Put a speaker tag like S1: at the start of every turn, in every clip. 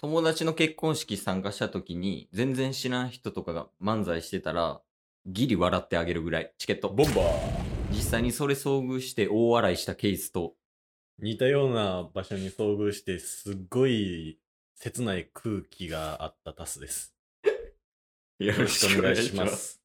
S1: 友達の結婚式参加した時に、全然知らん人とかが漫才してたら、ギリ笑ってあげるぐらい、チケット。
S2: ボンバー
S1: 実際にそれ遭遇して大笑いしたケースと、
S2: 似たような場所に遭遇して、すっごい切ない空気があったタスです。
S1: よ
S2: よろしくお願いしま。す。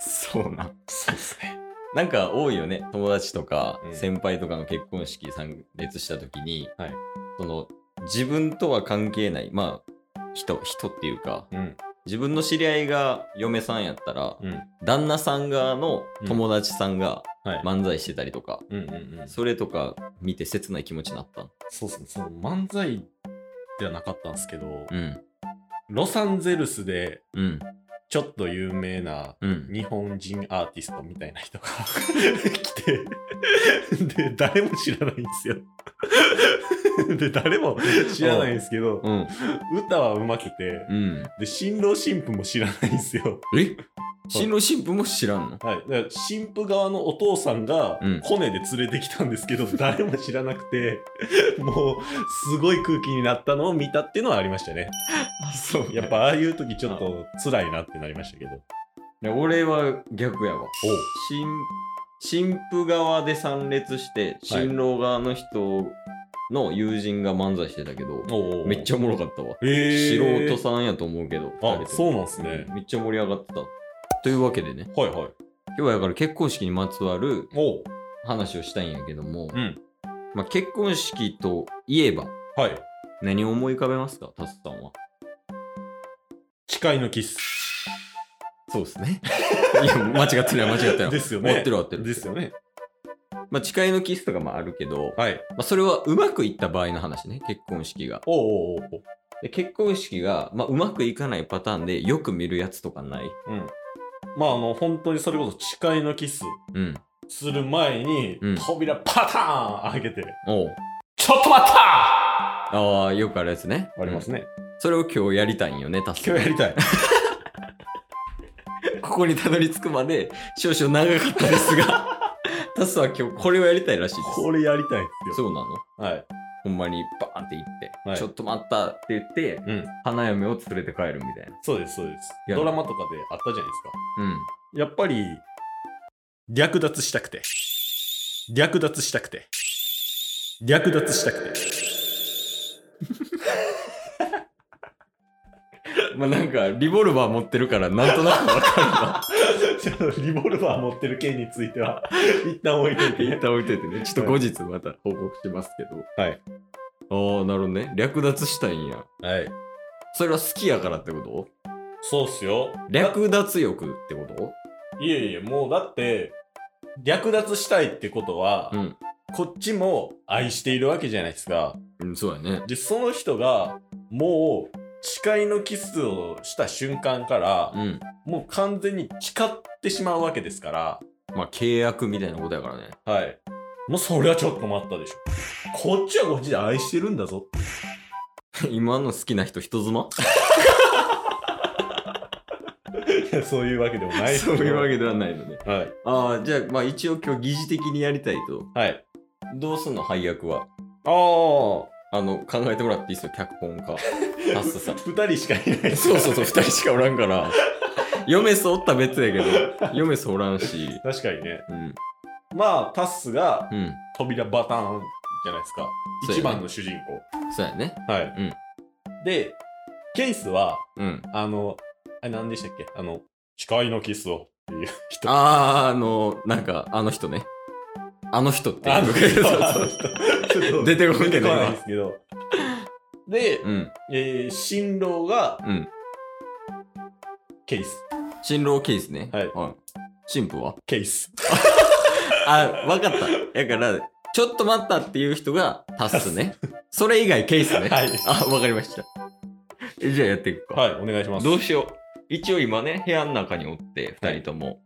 S1: そうなん。
S2: そうですね。
S1: なんか多いよね。友達とか
S2: う、ん
S1: 先輩とかの結婚式参列した時に、
S2: はい
S1: その、自分とは関係ない、まあ、人、人っていうか、
S2: うん、
S1: 自分の知り合いが嫁さんやったら、
S2: うん、
S1: 旦那さん側の友達さんが
S2: はい。
S1: 漫才してたりとか、
S2: うんうんうん。
S1: それとか見て切ない気持ちになったん
S2: そうですね。その漫才ではなかったんですけど、
S1: うん
S2: ロサンゼルスで
S1: うん
S2: ちょっと有名な
S1: うん
S2: 日本人アーティストみたいな人が 来て、で、誰も知らないんで すよ。で、誰も知らないんですけど、
S1: うん
S2: 歌はうまくて、
S1: うん
S2: で、新郎新婦も知らないんですよ。
S1: え新郎新婦も知らんの
S2: はい、だから新婦側のお父さんが
S1: うん
S2: コネで連れてきたんですけど、 誰も知らなくてもうすごい空気になったのを見たっていうのはありましたね
S1: あそう
S2: やっぱああいう時ちょっと辛いなってなりましたけど
S1: 俺は逆やわ新新婦側で参列して新郎側の人の友人が漫才してたけど、
S2: おうおうおう
S1: めっちゃおもろかったわ、
S2: えー、
S1: 素人さんやと思うけど二人
S2: あ
S1: とも
S2: そうなんですね、
S1: めっちゃ盛り上がってたというわけでね
S2: はいはい
S1: 今日はだから結婚式にまつわる
S2: おう
S1: 話をしたいんやけども、
S2: うん
S1: まあ、結婚式といえば
S2: はい
S1: 何を思い浮かべますかタスさんは
S2: 誓いのキス
S1: そうですね いや間違ってない間違ってない
S2: ですよね
S1: 合ってる合ってる
S2: ですよね
S1: まあ、誓いのキスとかもあるけど、
S2: はい
S1: まあ、それはうまくいった場合の話ね結婚式が
S2: おうおうおう
S1: で結婚式が、まあ、うまくいかないパターンでよく見るやつとかない
S2: おううんまああの本当にそれこそ誓いのキス
S1: うん
S2: する前に、
S1: うん
S2: 扉パターン開けて
S1: おう
S2: ちょっと待った
S1: ああよくあるやつね
S2: あります
S1: ね、
S2: ね。
S1: うんそれを今日やりたいんよねタスさん
S2: 今日やりたい。
S1: ここにたどり着くまで少々長かったですが タスは今日これをやりたいらしいです
S2: これやりたいんです
S1: そ
S2: よ。
S1: うなの
S2: はい。
S1: ほんまにバーンって行って、
S2: はい
S1: ちょっと待ったって言って、
S2: うん
S1: 花嫁を連れて帰るみたいな。
S2: そうです、そうです。
S1: いや
S2: ドラマとかであったじゃないですか。
S1: うん。
S2: やっぱり、略奪したくて。略奪したくて。略奪したくて。
S1: まあなんか、リボルバー持ってるから、なんとなくわかるな。
S2: ちょっとリボルバー持ってる件については、 一旦置いといて
S1: 一
S2: ね。
S1: 旦置いとい てね。ちょっと後日また報告しますけど。
S2: はい。
S1: ああ、なるほどね。略奪したいんや。
S2: はい。
S1: それは好きやからってこと
S2: そうっすよ。
S1: 略奪欲ってこと
S2: いえいえ、もうだって、略奪したいってことは、
S1: うん
S2: こっちも愛しているわけじゃないですか。
S1: うん、そうやね。
S2: でその人がもう誓いのキスをした瞬間から
S1: う、ん。
S2: もう完全に誓ってしまうわけですから
S1: まあ契約みたいなことやからね。
S2: はいもうそれはちょっと待ったでしょこっちはこっちで愛してるんだぞ
S1: 今の好きな人人妻
S2: そういうわけでもな
S1: そういうわけではないのね。
S2: けはい
S1: ああ、じゃあまあ一応今日疑似的にやりたいと。
S2: はい
S1: どうすんの配役は。
S2: ああ
S1: あの、考えてもらっていいですよ、脚本家。タスさん。
S2: 2人しかいない
S1: そうそうそう、二人しかおらんから。嫁すおったら別やけど、嫁すおらんし。
S2: 確かにね
S1: うん。
S2: まあタッスが
S1: うん。
S2: 扉バターンじゃないです
S1: そう
S2: か、
S1: やね
S2: 一番の主人
S1: そうやね。
S2: 公はい、
S1: うん
S2: でケイスは
S1: うん。
S2: あの、あれ何でしたっけあの、誓いのキスをっていう人。
S1: あー、あの、なんか、あの人ね。あの人っていう。
S2: あの人、
S1: そう
S2: あ
S1: そ
S2: の
S1: う
S2: 人ちょっと
S1: 出てこんけど
S2: 出ないんですけど。で、
S1: うん。
S2: えー、新郎が
S1: うん。
S2: ケイス。
S1: 新郎ケースね。
S2: はい
S1: 新婦は
S2: ケイス。
S1: あ、わかった。だから、ちょっと待ったっていう人がタスね。それ以外ケースね。
S2: はい
S1: あ、わかりました。えじゃあやっていくか。
S2: はい、お願いします。
S1: どうしよう。一応今ね、部屋の中におって、二人とも。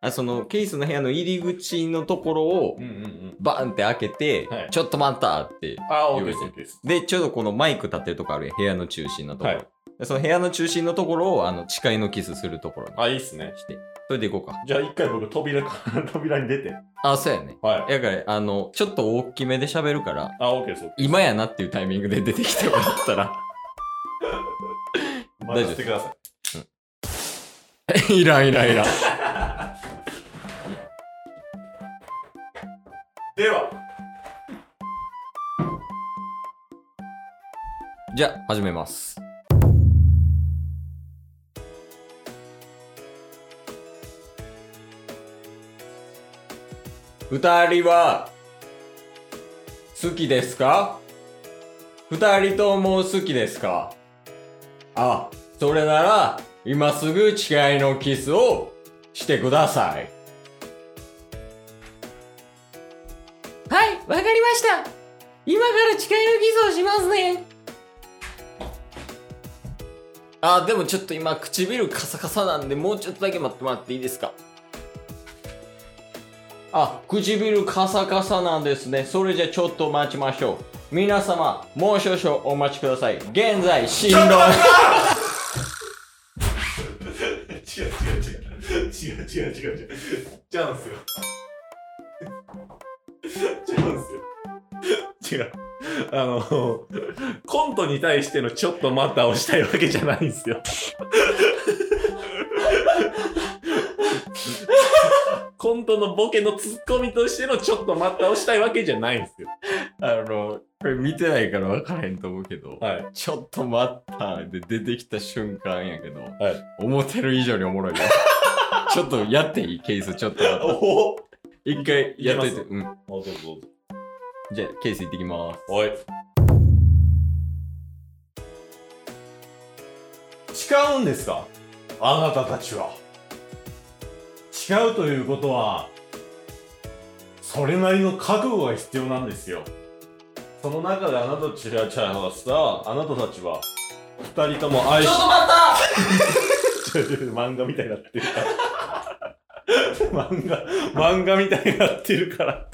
S1: あその、ケースの部屋の入り口のところを
S2: う、んうんうん。
S1: バーンって開けて、
S2: はい
S1: ちょっと待ったって。
S2: あー、オ
S1: 用
S2: ッ
S1: 意
S2: ケ
S1: し
S2: ー
S1: て
S2: オッケーです。
S1: で、ちょうどこのマイク立ってるとこあるやん部屋の中心のところ。
S2: はい
S1: でその部屋の中心のところを、あの、誓いのキスするところに
S2: あ、いいっすね。
S1: して。それでいこうか。
S2: じゃあ一回僕扉から 扉に出て。
S1: あ、そうやね。
S2: はい。
S1: やから、あの、ちょっと大きめで喋るから、
S2: あ、OK です。OK
S1: 今やなっていうタイミングで出てきてもらった ら。大丈夫
S2: 任せてください。
S1: いらんいらんいらん。
S2: では、
S1: じゃあ、始めます。二人は好きですか二人とも好きですかあ、それなら今すぐ誓いのキスをしてください。はい、わかりました。今から誓いのキスをしますね。あでもちょっと今唇カサカサなんでもうちょっとだけ待ってもらっていいですかあ唇カサカサなんですねそれじゃちょっと待ちましょう皆様もう少々お待ちください現在進路
S2: 違う違う違う違う違う違う違う違う違う違うんすよ違うんすよ違うあのコントに対してのちょっと待ったをしたいわけじゃないんですよコントのボケのツッコミとしてのちょっと待ったをしたいわけじゃないんですよ
S1: あのこれ見てないから分からへんと思うけど
S2: はい
S1: ちょっと待ったで出てきた瞬間やけど、
S2: い
S1: 思ってる以上におも ろいよちょっとやっていいケースちょっと待った
S2: おお
S1: 一回やっといて
S2: いけ
S1: うん
S2: どうぞどうぞ
S1: じゃあケース行ってきます
S2: おい
S3: 誓うんですかあなたたちは誓うということはそれなりの覚悟が必要なんですよその中であなたたちはちゃんはさあなたたちは二人とも愛し
S2: ちょちょ漫画みたいになってるから
S3: 漫画漫画みたいになってるから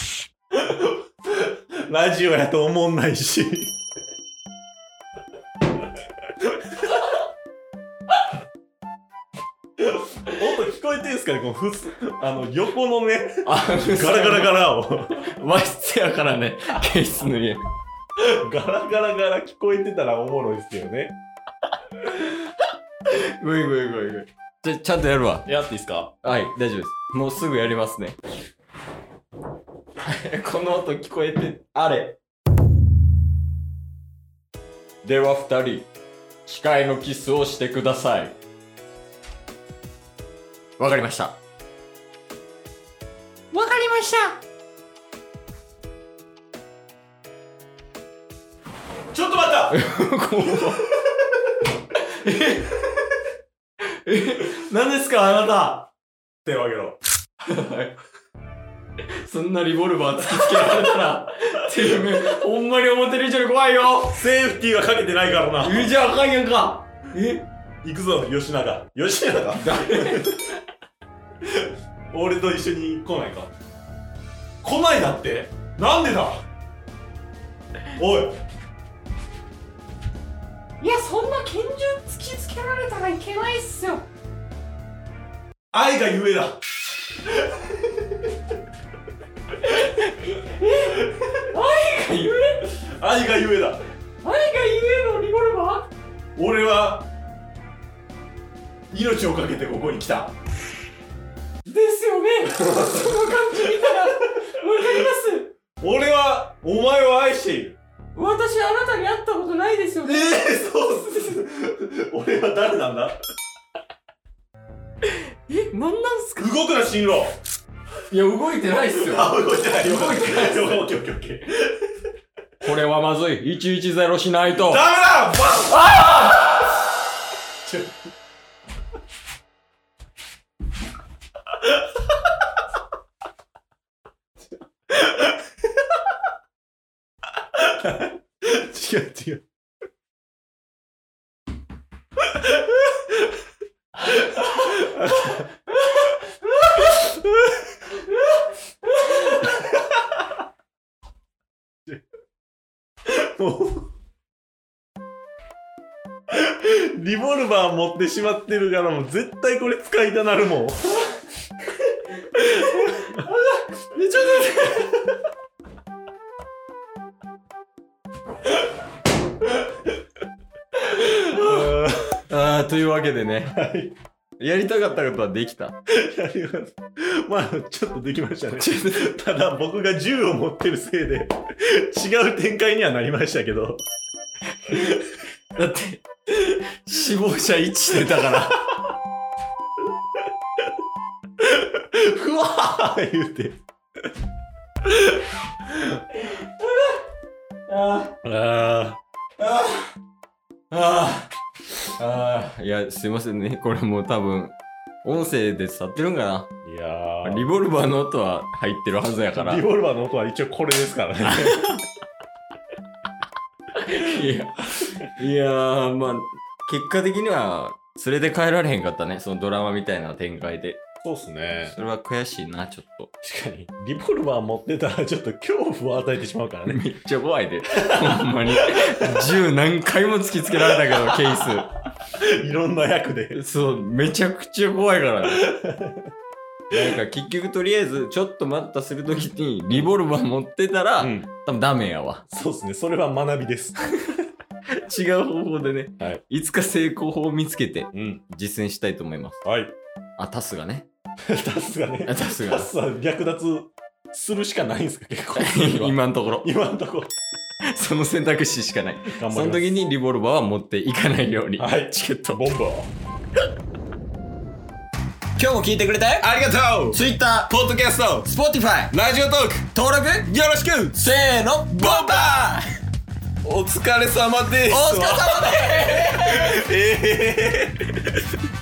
S3: ラジオやと思んないし
S2: 音聞こえてんすかねこのふすあの横のね
S1: あ
S2: ガラガラガラを
S1: 和室やからね、ケースの家。
S2: ガラガラガラ聞こえてたらおもろいっすよね
S1: ごいごいごいごい。じゃ、ちゃんとやるわ。
S2: やっていいっすか
S1: はい、大丈夫です。もうすぐやりますね。 この音聞こえて、あれ。では二人、誓いのキスをしてください。わかりました。わかりました。
S3: ちょっと待った何ですかあなた手を挙げろ
S1: そんなリボルバー突きつけられたら、 てめえ、ほんまに思ってる以上に怖いよ。
S3: セーフティーはかけてないからな
S1: えじゃああかんやんか。え
S3: 行くぞ吉永吉 永
S2: 俺と一緒に来ないか
S3: 来ないだってなんでだおい
S4: いやそんな拳銃突きつけられたらいけないっすよ
S3: 愛がゆえだ
S4: ゆえ
S3: 愛がゆえだ
S4: 愛がゆえのリボルバー
S3: 俺は命をかけてここに来た
S4: ですよねその感じ見たらわかり
S3: 俺はお前を愛している
S4: ます私あなたに会ったことないですよ
S3: え
S4: ね
S3: えそうっす俺は誰なんだ
S4: えなんなんすか
S3: 動くな進路
S1: いや、動いてないっすよ。
S3: あ動いてない
S1: 動いてない
S3: よオッケーオッケーオッケー
S1: これはまずい。110しないと。
S3: ダメだバッちょ
S2: 違う違うもうリボルバー持ってしまってるからもう絶対これ使いたなるもん
S1: というわけでね、やりたかったことはでき た。
S2: やりますまあちょっとできましたねただ僕が銃を持ってるせいで違う展開にはなりましたけど
S1: だって、死亡者1出たから。
S2: ふわー言うて
S4: あ
S2: あ
S1: ああ。ああ。いや、すいませんね。これもう多分、音声で伝わってるんか
S2: あいや
S1: な。
S2: ー
S1: リボルバーの音は入ってるはずやから。
S2: リ
S1: い
S2: ボルバーの音は一応これですからね
S1: や、いやー、まあ、結果的には、連れて帰られへんかったね。そのドラマみたいな展開で。
S2: そうっすね
S1: それは悔しいな、ちょっと。
S2: 確かにリボルバー持ってたらちょっと恐怖を与えてしまう からね
S1: めっちゃ怖いで。 ほんまに。銃何回も突きつけられたけど、ケー
S2: いろんな役で
S1: ス。 そう、めちゃくちゃ怖いからね。なんか結局とりあえず、ちょっと待ったするときに、リボルバー持ってたら、
S2: うん
S1: 多分ダメやわ。
S2: そうっすねそれは学びです
S1: 違う方法でね、
S2: はい、
S1: いつか成功法を見つけて
S2: うん
S1: 実践したいと思います。
S2: はい
S1: あ、タスがね。
S2: タスが ね
S1: あタス
S2: タ
S1: が。
S2: スは略奪するしかないんですか結構
S1: 今のところ、
S2: 今んとこ
S1: その選択肢しかない。そ
S2: 頑張り
S1: の
S2: ます
S1: 時にリボルバーは持っていかないように。
S2: はい
S1: チケット。
S2: ボンバー
S1: 今日も聞いてくれてありがとう Twitter、ポッドキャスト、Spotify、ラジオトーク、登録よろしくせーの、ボンバーお疲れ様ですお疲れ様ですえー